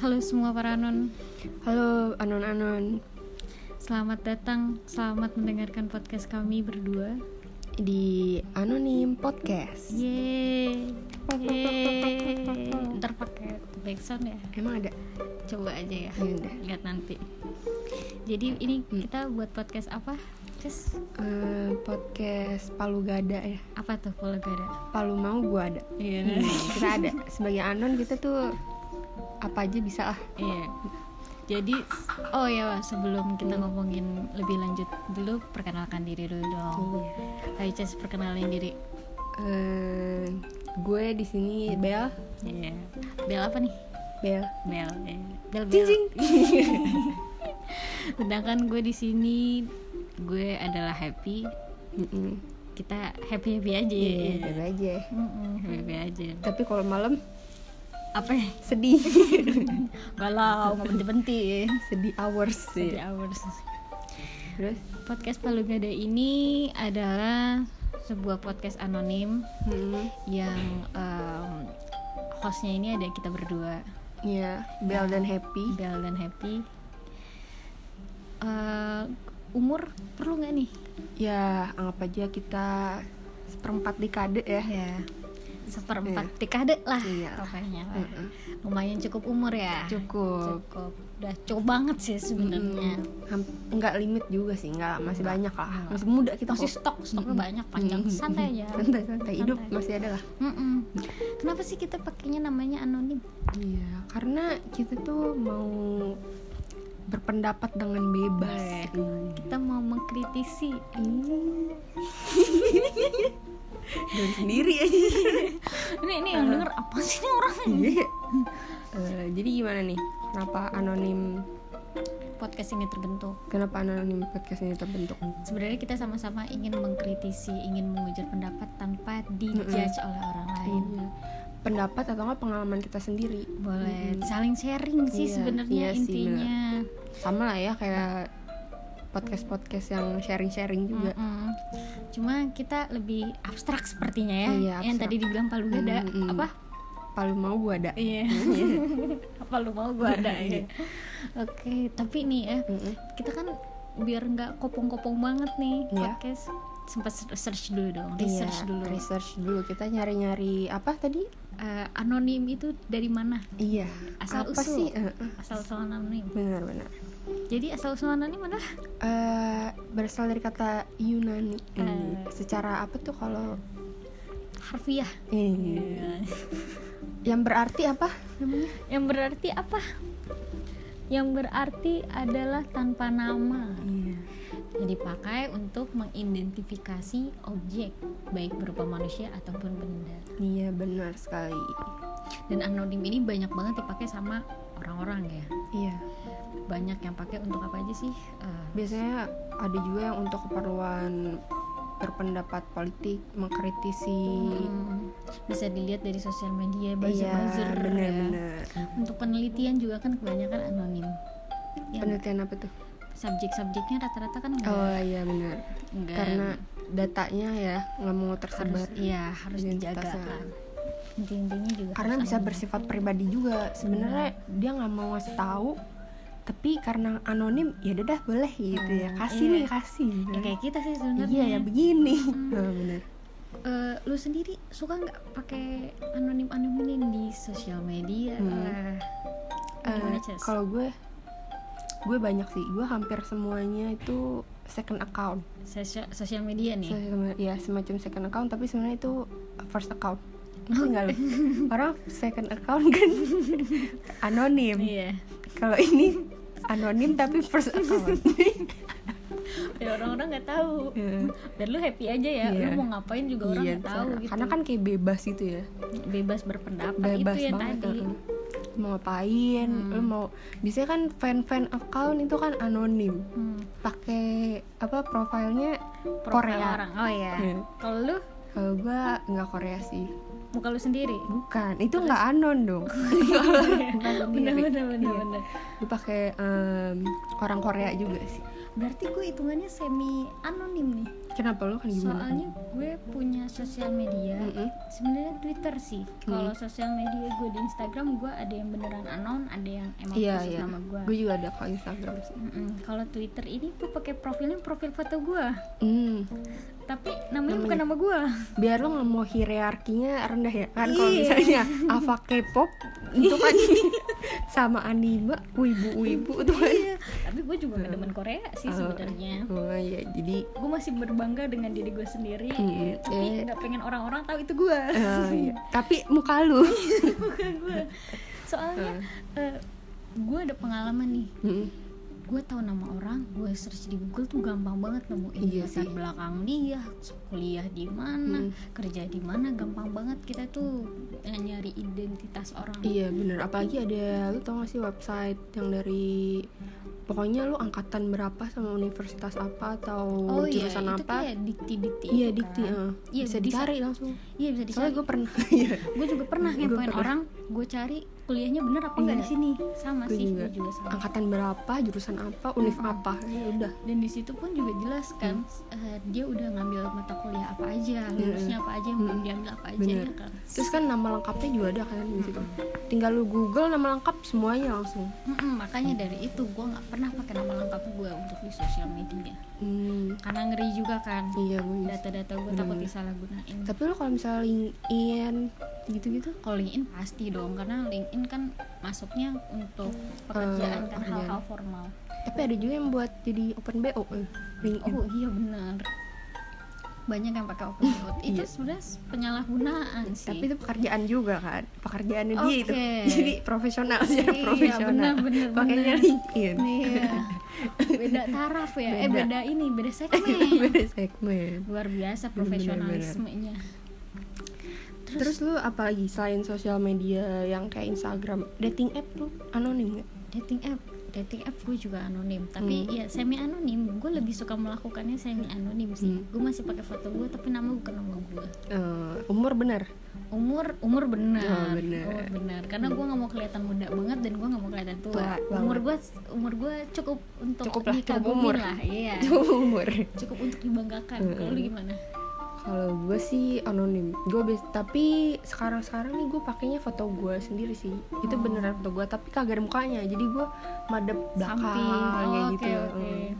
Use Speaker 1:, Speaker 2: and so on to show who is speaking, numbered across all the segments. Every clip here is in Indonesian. Speaker 1: Halo semua para anon,
Speaker 2: Halo Anon-Anon
Speaker 1: selamat datang, selamat mendengarkan podcast kami berdua.
Speaker 2: di Anonim Podcast.
Speaker 1: Yeay, yeay. Ntar pakai backsound ya,
Speaker 2: Emang ada?
Speaker 1: coba aja ya,
Speaker 2: Ya udah.
Speaker 1: lihat nanti. Jadi ini kita buat podcast apa? Terus
Speaker 2: Eh, podcast Palu Gada ya.
Speaker 1: apa tuh kalau gak ada?
Speaker 2: Palu mau gua ada.
Speaker 1: Iya,
Speaker 2: Kita ada. Sebagai Anon kita tuh apa aja bisa lah.
Speaker 1: Iya. Jadi, oh ya sebelum kita ngomongin lebih lanjut dulu, perkenalkan diri dulu dong.
Speaker 2: Iya.
Speaker 1: Ayo Ces, perkenalin diri.
Speaker 2: Eh, gue di sini Bel.
Speaker 1: Iya. Bel apa nih?
Speaker 2: Bel.
Speaker 1: Bel. ya. Bel. Bel.
Speaker 2: Cincing.
Speaker 1: Sedangkan gue di sini gue adalah happy.
Speaker 2: Mm-mm.
Speaker 1: Kita happy happy aja.
Speaker 2: Iya, Bel aja.
Speaker 1: Happy happy aja.
Speaker 2: Tapi kalau malam
Speaker 1: Apa? ya?
Speaker 2: sedih.
Speaker 1: Galau, nggak berhenti
Speaker 2: sedih hours
Speaker 1: Di
Speaker 2: sih.
Speaker 1: hours.
Speaker 2: Terus
Speaker 1: Podcast Palu Gada ini adalah sebuah podcast anonim
Speaker 2: mm,
Speaker 1: yang em, hostnya ini ada kita berdua.
Speaker 2: ya Bel dan Happy.
Speaker 1: Bel dan Happy. Eh, umur perlu nggak nih?
Speaker 2: Ya, anggap aja kita seperempat dekade ya.
Speaker 1: Ya. Seperempat dekade lah
Speaker 2: Iya.
Speaker 1: pokoknya lah.
Speaker 2: Mm-mm.
Speaker 1: Lumayan cukup umur ya.
Speaker 2: Cukup.
Speaker 1: Cukup. Udah cukup banget sih sebenarnya.
Speaker 2: Mm, hamp- Nggak limit juga sih, nggak masih banyak lah.
Speaker 1: Nggak.
Speaker 2: Masih muda kita
Speaker 1: Masih
Speaker 2: kok.
Speaker 1: stok, stoknya
Speaker 2: Mm-mm.
Speaker 1: banyak panjang.
Speaker 2: Mm-mm.
Speaker 1: Santai aja.
Speaker 2: Santai, santai. Hidup
Speaker 1: Santai.
Speaker 2: masih ada lah.
Speaker 1: Mm-mm. Kenapa sih kita pakainya namanya anonim?
Speaker 2: Iya, karena kita tuh mau berpendapat dengan
Speaker 1: Eh.
Speaker 2: bebas. Mm.
Speaker 1: Kita mau mengkritisi.
Speaker 2: Iya. Dari sendiri ya. aja.
Speaker 1: Ini ini yang denger apa sih ini orang?
Speaker 2: Iya. Eh, jadi gimana nih? Kenapa anonim?
Speaker 1: Podcast ini terbentuk.
Speaker 2: Kenapa anonim podcast ini terbentuk?
Speaker 1: Sebenarnya kita sama-sama ingin mengkritisi, ingin mengujar pendapat tanpa dijudge oleh orang lain.
Speaker 2: Iya. pendapat atau nggak pengalaman kita sendiri
Speaker 1: Boleh
Speaker 2: Mm.
Speaker 1: saling sharing sih
Speaker 2: Iya,
Speaker 1: sebenarnya
Speaker 2: iya sih,
Speaker 1: intinya.
Speaker 2: sama lah ya kayak podcast podcast yang sharing sharing juga
Speaker 1: Mm-mm. Cuma kita lebih abstrak sepertinya ya.
Speaker 2: Iya,
Speaker 1: Yang
Speaker 2: abstrak.
Speaker 1: tadi dibilang palu gada
Speaker 2: Mm-mm.
Speaker 1: apa?
Speaker 2: palu mau gue ada
Speaker 1: Iya. apa lu mau gua ada ya. Oke, tapi nih ya,
Speaker 2: Mm-mm.
Speaker 1: kita kan biar nggak kopong-kopong banget nih
Speaker 2: Iya.
Speaker 1: podcast. Sempat search dulu dong,
Speaker 2: Iya,
Speaker 1: research dulu.
Speaker 2: research dulu kita nyari nyari apa tadi
Speaker 1: Eh, anonim itu dari mana?
Speaker 2: iya
Speaker 1: Asal
Speaker 2: apa
Speaker 1: usul.
Speaker 2: sih Eh, eh.
Speaker 1: Asal usul anonim.
Speaker 2: benar benar
Speaker 1: Jadi asal usul anonim adalah
Speaker 2: Eh, berasal dari kata
Speaker 1: Eh.
Speaker 2: Yunani Hmm, secara apa tuh kalau
Speaker 1: harfiah.
Speaker 2: eh,
Speaker 1: Iya.
Speaker 2: yang berarti apa namanya
Speaker 1: Yang berarti apa? Yang berarti adalah tanpa nama.
Speaker 2: iya
Speaker 1: yang dipakai untuk mengidentifikasi objek baik berupa manusia ataupun benda
Speaker 2: iya benar sekali
Speaker 1: dan anonim ini banyak banget dipakai sama orang-orang ya
Speaker 2: iya
Speaker 1: banyak yang pakai untuk apa aja sih Eh,
Speaker 2: biasanya ada juga yang untuk keperluan berpendapat politik mengkritisi
Speaker 1: hmm, bisa dilihat dari sosial media
Speaker 2: iya
Speaker 1: buzzer-buzzer ya.
Speaker 2: benar-benar
Speaker 1: untuk penelitian juga kan kebanyakan anonim Ya,
Speaker 2: penelitian apa tuh
Speaker 1: subjek-subjeknya rata-rata kan enggak,
Speaker 2: oh iya benar
Speaker 1: enggak
Speaker 2: karena datanya ya nggak mau
Speaker 1: harus
Speaker 2: tersebar
Speaker 1: iya harus dijaga
Speaker 2: identitasnya.
Speaker 1: kan intinya juga
Speaker 2: karena
Speaker 1: harus
Speaker 2: bisa
Speaker 1: anonim.
Speaker 2: bersifat pribadi juga
Speaker 1: Iya.
Speaker 2: sebenarnya dia nggak mau ngasih tahu tapi karena anonim ya udah dah, boleh gitu ya
Speaker 1: Hmm,
Speaker 2: kasih
Speaker 1: iya.
Speaker 2: nih kasih gitu.
Speaker 1: ya kayak kita sih sebenarnya
Speaker 2: iya ya begini
Speaker 1: Hmm.
Speaker 2: Nah, benar
Speaker 1: Eh, lu sendiri suka nggak pakai anonim anonim di sosial media Eh,
Speaker 2: Hmm.
Speaker 1: lah Gimana,
Speaker 2: Eh,
Speaker 1: Ces?
Speaker 2: kalau gue gue banyak sih gue hampir semuanya itu second account
Speaker 1: Sosio- sosial media nih
Speaker 2: Sem- ya semacam second account tapi sebenarnya itu first account enggak lu orang second account kan anonim
Speaker 1: iya
Speaker 2: kalau ini anonim tapi first account
Speaker 1: ya orang-orang nggak tahu
Speaker 2: Iya.
Speaker 1: dan lu happy aja ya
Speaker 2: Iya.
Speaker 1: lu mau ngapain juga orang
Speaker 2: Iya,
Speaker 1: nggak tahu
Speaker 2: karena-
Speaker 1: gitu
Speaker 2: karena kan kayak bebas gitu ya
Speaker 1: bebas berpendapat
Speaker 2: bebas
Speaker 1: itu ya
Speaker 2: banget
Speaker 1: tadi
Speaker 2: heeh. mau ngapain
Speaker 1: Hmm.
Speaker 2: lu mau biasanya kan fan fan account itu kan anonim
Speaker 1: Hmm,
Speaker 2: pakai apa profilnya
Speaker 1: profil
Speaker 2: Korea.
Speaker 1: orang oh ya
Speaker 2: Iya.
Speaker 1: kalau lu
Speaker 2: kalau gue nggak Korea sih
Speaker 1: muka lu sendiri
Speaker 2: bukan itu nggak anon dong bukan
Speaker 1: bener
Speaker 2: sendiri
Speaker 1: bener bener
Speaker 2: Iya.
Speaker 1: bener
Speaker 2: dipakai em, orang Korea juga sih
Speaker 1: berarti gue hitungannya semi anonim nih
Speaker 2: kenapa lo kan gimana
Speaker 1: soalnya gue punya sosial media
Speaker 2: Mm-mm.
Speaker 1: sebenarnya Twitter sih kalau
Speaker 2: Iya.
Speaker 1: sosial media gue di Instagram gue ada yang beneran anon ada yang emang
Speaker 2: iya
Speaker 1: khusus
Speaker 2: iya
Speaker 1: nama gue
Speaker 2: gue juga ada kok Instagram sih
Speaker 1: Mm-mm. Kalau Twitter ini gue pakai profilnya profil foto gue,
Speaker 2: Hmm,
Speaker 1: tapi namanya
Speaker 2: Namanya-
Speaker 1: bukan nama gue.
Speaker 2: biar lo mau hierarkinya rendah ya kan kalau
Speaker 1: Iya.
Speaker 2: misalnya apa K-pop itu kan sama anime wibu-wibu itu kan
Speaker 1: Iya. Tapi gue juga gak demen Korea sih
Speaker 2: Oh.
Speaker 1: sebenarnya.
Speaker 2: oh iya jadi
Speaker 1: Gue masih berbangga dengan diri gue sendiri,
Speaker 2: Iya.
Speaker 1: tapi nggak pengen orang-orang tahu itu gue.
Speaker 2: eh, iya. tapi muka lu
Speaker 1: bukan gue.
Speaker 2: Oh.
Speaker 1: Soalnya gue ada pengalaman nih.
Speaker 2: Mm,
Speaker 1: Gue tahu nama orang, gue search di Google tuh gampang banget nemuin
Speaker 2: Iya
Speaker 1: latar
Speaker 2: sih.
Speaker 1: belakang dia, kuliah di mana,
Speaker 2: Mm.
Speaker 1: kerja di mana, gampang banget kita tuh eh, nyari identitas orang.
Speaker 2: iya bener apalagi ada lu tau gak sih website yang dari pokoknya lu angkatan berapa sama universitas apa atau
Speaker 1: Oh iya,
Speaker 2: jurusan
Speaker 1: itu
Speaker 2: apa
Speaker 1: kayak dikti-dikti
Speaker 2: iya
Speaker 1: itu
Speaker 2: dikti
Speaker 1: kan.
Speaker 2: eh.
Speaker 1: Iya,
Speaker 2: bisa
Speaker 1: bisa.
Speaker 2: dicari langsung
Speaker 1: Iya bisa dicari
Speaker 2: soalnya gue pernah iya
Speaker 1: Gue juga pernah
Speaker 2: Gua
Speaker 1: ngepoin
Speaker 2: pernah.
Speaker 1: orang Gue cari kuliahnya bener apa enggak
Speaker 2: Iya.
Speaker 1: di sini Sama
Speaker 2: Gua
Speaker 1: sih,
Speaker 2: juga. Ah.
Speaker 1: gue juga sama
Speaker 2: angkatan berapa jurusan apa univ
Speaker 1: Mm-mm.
Speaker 2: apa ya udah
Speaker 1: Dan di situ pun juga jelas kan
Speaker 2: Hmm.
Speaker 1: eh, Dia udah ngambil mata kuliah apa aja Lulusnya apa aja, yang belum
Speaker 2: Mm.
Speaker 1: diambil apa aja
Speaker 2: Iya. Bener.
Speaker 1: ya kan
Speaker 2: Terus kan nama lengkapnya juga ada kan di situ. Tinggal lu Google nama lengkap semuanya langsung.
Speaker 1: Mm-mm, Makanya dari itu gue nggak pernah pakai nama lengkap gue untuk di sosial media
Speaker 2: Hmm,
Speaker 1: Karena ngeri juga kan
Speaker 2: iya gue.
Speaker 1: Data-data gue takut disalahgunain
Speaker 2: Tapi lu kalau misalnya LinkedIn gitu-gitu
Speaker 1: kalau LinkedIn pasti dong karena LinkedIn kan masuknya untuk pekerjaan kan
Speaker 2: Eh, pekerjaan.
Speaker 1: hal-hal formal.
Speaker 2: tapi ada juga yang buat jadi open BO eh, LinkedIn.
Speaker 1: Oh iya benar. Banyak yang pakai open out. Itu
Speaker 2: Iya.
Speaker 1: sebenarnya penyalahgunaan sih.
Speaker 2: tapi itu pekerjaan juga kan. Pekerjaannya dia itu.
Speaker 1: Oke.
Speaker 2: Jadi profesional secara
Speaker 1: Iya,
Speaker 2: profesional.
Speaker 1: benar, benar,
Speaker 2: Pakainya
Speaker 1: benar.
Speaker 2: LinkedIn.
Speaker 1: Iya. beda taraf ya. Eh
Speaker 2: Beda. Iya,
Speaker 1: beda ini, beda segmen.
Speaker 2: Beda segmen.
Speaker 1: Luar biasa
Speaker 2: Bener, bener, bener.
Speaker 1: profesionalismenya.
Speaker 2: Terus, lu apa lagi selain sosial media yang kayak Instagram, dating app lu anonim gak?
Speaker 1: Dating app dating app gue juga anonim tapi
Speaker 2: Hmm.
Speaker 1: ya semi anonim gue lebih suka melakukannya semi anonim sih
Speaker 2: Hmm.
Speaker 1: gue masih pakai foto gue tapi nama bukan nama gue
Speaker 2: Eh, umur benar.
Speaker 1: umur umur benar
Speaker 2: Oh, benar.
Speaker 1: umur benar karena gue nggak mau kelihatan muda banget dan gue nggak mau kelihatan tua
Speaker 2: Tua
Speaker 1: umur gue umur gue cukup untuk
Speaker 2: Cukup lah, cukup
Speaker 1: dikagumin
Speaker 2: umur.
Speaker 1: lah iya
Speaker 2: umur.
Speaker 1: cukup untuk dibanggakan
Speaker 2: Mm-mm.
Speaker 1: kalau lu gimana
Speaker 2: Kalau gue sih anonim. Gue bias- tapi sekarang-sekarang nih gue pakainya foto gue sendiri sih. Itu
Speaker 1: Oh.
Speaker 2: beneran foto gue, tapi kagak ada mukanya. Jadi gue madep belakang
Speaker 1: samping
Speaker 2: kayak
Speaker 1: Oh, oke
Speaker 2: gitu.
Speaker 1: oke
Speaker 2: Mm.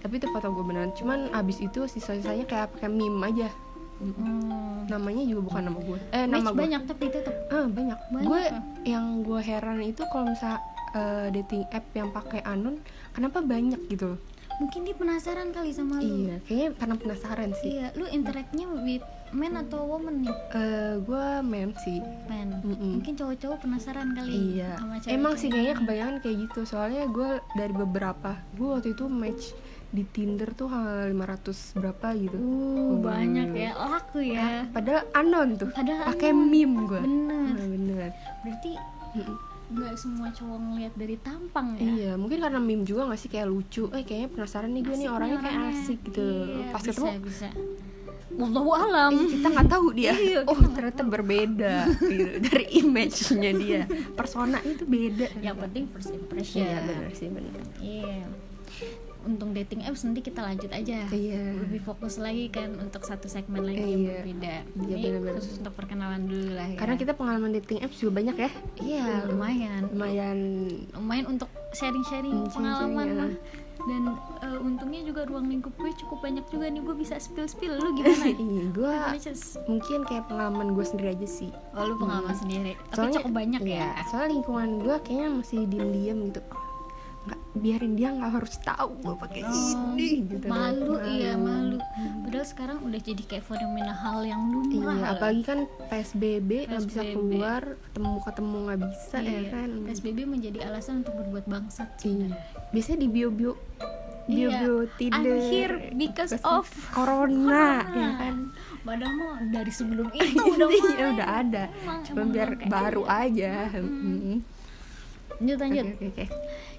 Speaker 2: Tapi itu foto gue beneran. Cuman abis itu sisa-sisanya kayak pakai meme aja.
Speaker 1: Hmm.
Speaker 2: Namanya juga bukan nama gue. Eh Nah, nama
Speaker 1: Match
Speaker 2: gue.
Speaker 1: banyak tapi tetap
Speaker 2: Ah, banyak.
Speaker 1: Banyak
Speaker 2: Gue
Speaker 1: apa?
Speaker 2: yang gue heran itu kalau misalnya eh, dating app yang pakai anon, kenapa banyak gitu? loh.
Speaker 1: mungkin dia penasaran kali sama lu
Speaker 2: Iya, kayaknya karena penasaran
Speaker 1: Hmm.
Speaker 2: sih.
Speaker 1: Iya, lu interact-nya with man atau woman nih
Speaker 2: Eh, gue mem sih.
Speaker 1: man
Speaker 2: Mm-mm.
Speaker 1: mungkin cowok-cowok penasaran kali
Speaker 2: Iya.
Speaker 1: Hmm, sama cewek
Speaker 2: Emang sih kayaknya kebanyakan kayak gitu. Soalnya gue dari beberapa, gue waktu itu match di Tinder tuh ha, 500 berapa gitu.
Speaker 1: uh banyak ya laku
Speaker 2: Iya.
Speaker 1: ya
Speaker 2: Padahal anon tuh.
Speaker 1: Padahal
Speaker 2: Pakai
Speaker 1: anon.
Speaker 2: meme gue.
Speaker 1: bener
Speaker 2: bener.
Speaker 1: berarti
Speaker 2: Mm-mm.
Speaker 1: nggak semua cowok ngelihat dari tampang ya
Speaker 2: Iya, mungkin karena meme juga gak sih kayak lucu. Eh kayaknya penasaran nih gue nih
Speaker 1: Asik
Speaker 2: orangnya kayak
Speaker 1: orangnya.
Speaker 2: asik gitu.
Speaker 1: Iya,
Speaker 2: Pas
Speaker 1: bisa,
Speaker 2: ketemu
Speaker 1: bisa Wallahu alam
Speaker 2: "Ih, kita nggak tahu dia.
Speaker 1: Iya,
Speaker 2: oh, ternyata berbeda gitu. dari image-nya dia. Persona itu beda.
Speaker 1: yang penting ya. first impression
Speaker 2: Iya, bener sih, bener.
Speaker 1: Iya. untung dating apps nanti kita lanjut aja
Speaker 2: Iya.
Speaker 1: Ah, lebih fokus lagi kan untuk satu segmen lagi yang
Speaker 2: Iya.
Speaker 1: berbeda
Speaker 2: Iya,
Speaker 1: ini
Speaker 2: benar-benar.
Speaker 1: khusus untuk perkenalan dulu lah ya
Speaker 2: Karena kita pengalaman dating apps juga banyak ya.
Speaker 1: iya lumayan
Speaker 2: lumayan
Speaker 1: lumayan untuk sharing-sharing iya.
Speaker 2: Hmm,
Speaker 1: pengalaman
Speaker 2: sharing-sharing,
Speaker 1: lah dan eh, untungnya juga ruang lingkup gue cukup banyak juga nih gue bisa spill spill lu gimana
Speaker 2: iya gue
Speaker 1: Gimana, Cez?
Speaker 2: mungkin kayak pengalaman gue sendiri aja sih
Speaker 1: Oh, lu pengalaman sendiri. Tapi cukup banyak ya.
Speaker 2: iya, soalnya lingkungan gue kayaknya masih diem diem gitu nggak biarin dia nggak harus tahu gue pakai
Speaker 1: Oh,
Speaker 2: ini gitu kan.
Speaker 1: malu, iya malu. Padahal sekarang udah jadi kayak fenomena hal yang lumrah.
Speaker 2: Iya,
Speaker 1: loh.
Speaker 2: apalagi kan PSBB nggak bisa
Speaker 1: PSBB.
Speaker 2: keluar, ketemu ketemu nggak bisa
Speaker 1: Iya,
Speaker 2: ya kan.
Speaker 1: PSBB menjadi alasan untuk berbuat bangsat
Speaker 2: Iya.
Speaker 1: sebenarnya.
Speaker 2: Biasanya di bio bio bio
Speaker 1: Iya,
Speaker 2: bio
Speaker 1: I'm
Speaker 2: Tinder.
Speaker 1: here because of
Speaker 2: corona, ya
Speaker 1: corona.
Speaker 2: kan.
Speaker 1: Padahal mau dari sebelum itu udah
Speaker 2: Iya,
Speaker 1: mulai.
Speaker 2: udah ada.
Speaker 1: Emang-
Speaker 2: Cuma
Speaker 1: emang
Speaker 2: biar
Speaker 1: kayak
Speaker 2: baru
Speaker 1: gitu.
Speaker 2: aja. Mm-mm.
Speaker 1: Lanjut lanjut.
Speaker 2: Oke, oke, oke.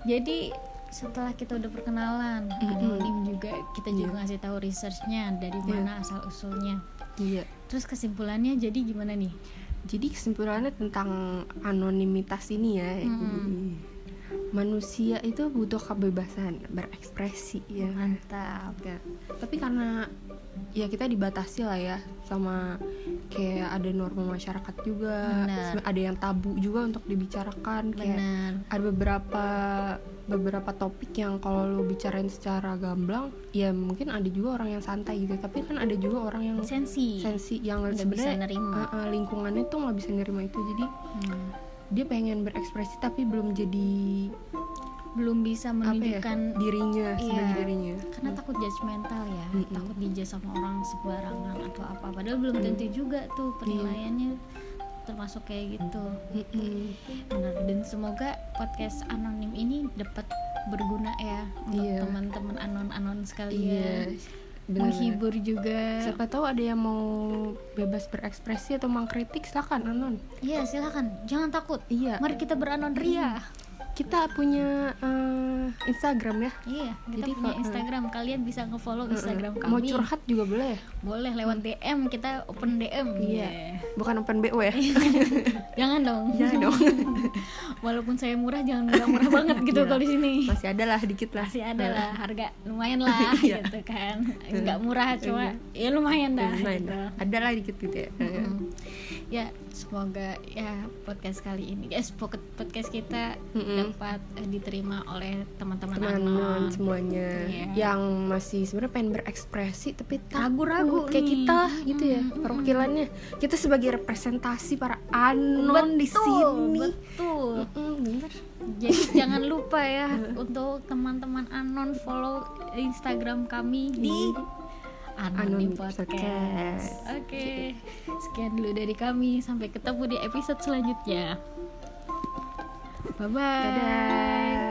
Speaker 1: Jadi setelah kita udah perkenalan,
Speaker 2: Mm-mm.
Speaker 1: anonim juga kita juga ngasih tahu researchnya dari
Speaker 2: Iya.
Speaker 1: mana asal usulnya.
Speaker 2: Iya.
Speaker 1: Terus kesimpulannya jadi gimana nih?
Speaker 2: Jadi kesimpulannya tentang anonimitas ini ya.
Speaker 1: Hmm.
Speaker 2: Manusia itu butuh kebebasan berekspresi ya.
Speaker 1: Mantap.
Speaker 2: Ya. Tapi karena ya kita dibatasi lah ya sama kayak ada norma masyarakat
Speaker 1: Benar.
Speaker 2: juga, terus ada yang tabu juga untuk
Speaker 1: Iya.
Speaker 2: dibicarakan kayak
Speaker 1: Benar.
Speaker 2: ada beberapa beberapa topik yang kalau lu bicarain secara gamblang ya mungkin ada juga orang yang santai gitu tapi kan ada juga orang yang
Speaker 1: Sensi. eh,
Speaker 2: sensi yang
Speaker 1: Nggak bisa
Speaker 2: sebenarnya
Speaker 1: nerima.
Speaker 2: uh, uh, lingkungannya tuh nggak bisa nerima itu jadi
Speaker 1: Hmm.
Speaker 2: dia pengen berekspresi tapi belum jadi
Speaker 1: Belum bisa menunjukkan
Speaker 2: apa ya, dirinya
Speaker 1: Iya.
Speaker 2: sebagai dirinya
Speaker 1: karena takut judgmental ya,
Speaker 2: Mm-mm.
Speaker 1: takut dijudge sama orang sembarangan atau apa. Padahal belum tentu juga
Speaker 2: Iya.
Speaker 1: tuh penilaiannya termasuk kayak gitu.
Speaker 2: Mm-mm.
Speaker 1: Benar. Dan semoga podcast anonim ini dapat berguna ya untuk
Speaker 2: Iya.
Speaker 1: teman-teman anon-anon
Speaker 2: iya
Speaker 1: sekalian.
Speaker 2: benar.
Speaker 1: Menghibur juga.
Speaker 2: siapa tahu ada yang mau bebas berekspresi atau mengkritik silakan anon
Speaker 1: Iya, silakan. Jangan takut.
Speaker 2: iya
Speaker 1: Mari kita beranon ria.
Speaker 2: kita punya eh, Instagram ya
Speaker 1: Iya, kita
Speaker 2: Jadi
Speaker 1: punya
Speaker 2: kalau-
Speaker 1: Instagram. Kalian bisa nge-follow Instagram
Speaker 2: mau
Speaker 1: kami.
Speaker 2: curhat juga boleh ya?
Speaker 1: Boleh lewat DM, kita open DM.
Speaker 2: Iya.
Speaker 1: Yeah.
Speaker 2: bukan open bo ya
Speaker 1: Jangan dong.
Speaker 2: Jangan dong.
Speaker 1: Walaupun saya murah jangan murah-murah banget gitu
Speaker 2: Iya.
Speaker 1: kalau di sini.
Speaker 2: masih ada lah dikit lah Nah,
Speaker 1: Masih ada lah harga lumayan lah
Speaker 2: Iya.
Speaker 1: gitu kan. Enggak murah cuma ya lumayan dah.
Speaker 2: Lumayan
Speaker 1: gitu.
Speaker 2: lah. ada lah dikit gitu ya
Speaker 1: Mm. Ya, semoga ya podcast kali ini, guys, pocket- podcast kita
Speaker 2: Mm-mm.
Speaker 1: dapat eh, diterima oleh teman-teman
Speaker 2: teman-teman
Speaker 1: anon.
Speaker 2: semuanya
Speaker 1: Iya.
Speaker 2: yang masih sebenarnya pengen berekspresi tapi takut.
Speaker 1: Ragu-ragu
Speaker 2: kayak
Speaker 1: nih.
Speaker 2: kita lah gitu ya
Speaker 1: Mm-mm.
Speaker 2: perwakilannya kita sebagai representasi para anon di
Speaker 1: Betul,
Speaker 2: sini
Speaker 1: Betul.
Speaker 2: Mm-mm, bener.
Speaker 1: Jadi jangan lupa ya untuk teman-teman anon follow Instagram kami di Anonim
Speaker 2: Anonim
Speaker 1: Podcast.
Speaker 2: Podcast.
Speaker 1: Oke. Sekian dulu dari kami. Sampai ketemu di episode selanjutnya. Bye bye.
Speaker 2: Dadah.